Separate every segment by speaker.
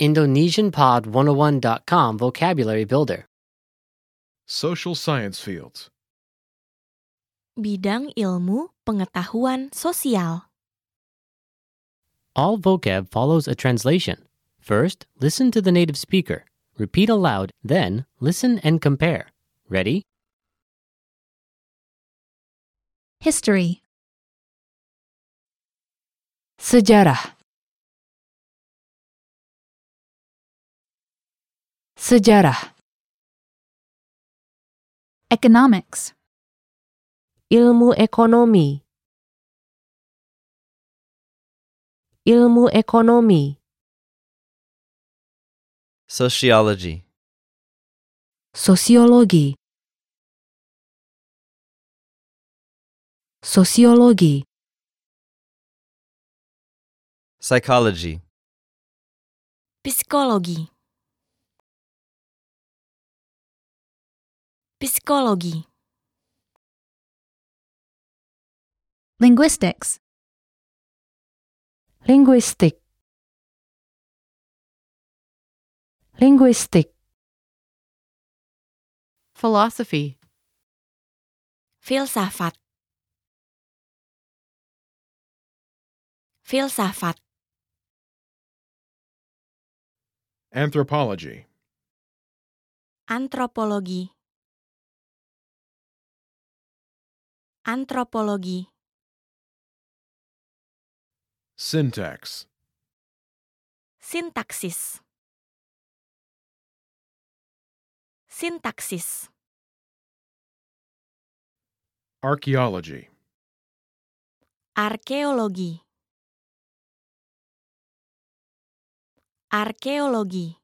Speaker 1: IndonesianPod101.com Vocabulary Builder.
Speaker 2: Social science fields.
Speaker 3: Bidang ilmu pengetahuan sosial.
Speaker 1: All vocab follows a translation. First, listen to the native speaker. Repeat aloud, then, listen and compare. Ready?
Speaker 4: History,
Speaker 5: Sejarah. Sejarah,
Speaker 4: Economics,
Speaker 6: Ilmu ekonomi. Ilmu ekonomi.
Speaker 7: Sociology.
Speaker 6: Sosiologi. Sosiologi.
Speaker 7: Psychology.
Speaker 3: Psikologi. Psikologi.
Speaker 4: Linguistics,
Speaker 6: Linguistik. Linguistik.
Speaker 5: philosophy,
Speaker 3: Filsafat. Filsafat.
Speaker 2: Anthropology.
Speaker 3: Antropologi. Antropologi.
Speaker 2: Syntax.
Speaker 3: Sintaksis. Sintaksis.
Speaker 2: Archaeology.
Speaker 3: Arkeologi. Arkeologi.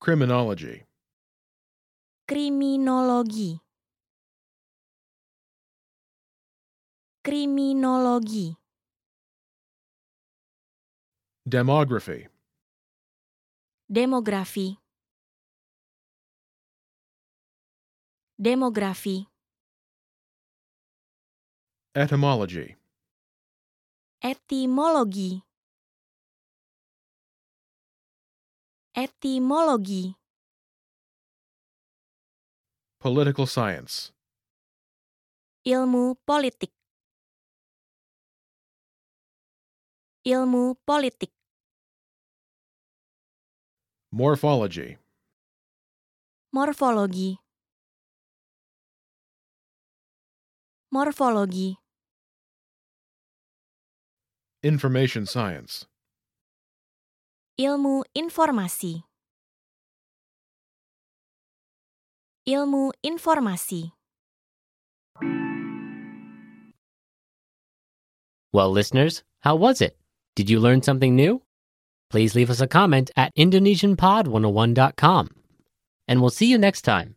Speaker 2: Criminology.
Speaker 3: Kriminologi. Kriminologi.
Speaker 2: Demography.
Speaker 3: Demografi. Demografi.
Speaker 2: Etymology.
Speaker 3: Etimologi. Etimologi.
Speaker 2: Political science.
Speaker 3: Ilmu politik. Ilmu politik.
Speaker 2: Morphology.
Speaker 3: Morfologi. Morfologi.
Speaker 2: Information science.
Speaker 3: Ilmu informasi. Ilmu informasi.
Speaker 1: Well, listeners, how was it? Did you learn something new? oh Please leave us a comment at IndonesianPod101.com. And we'll see you next time.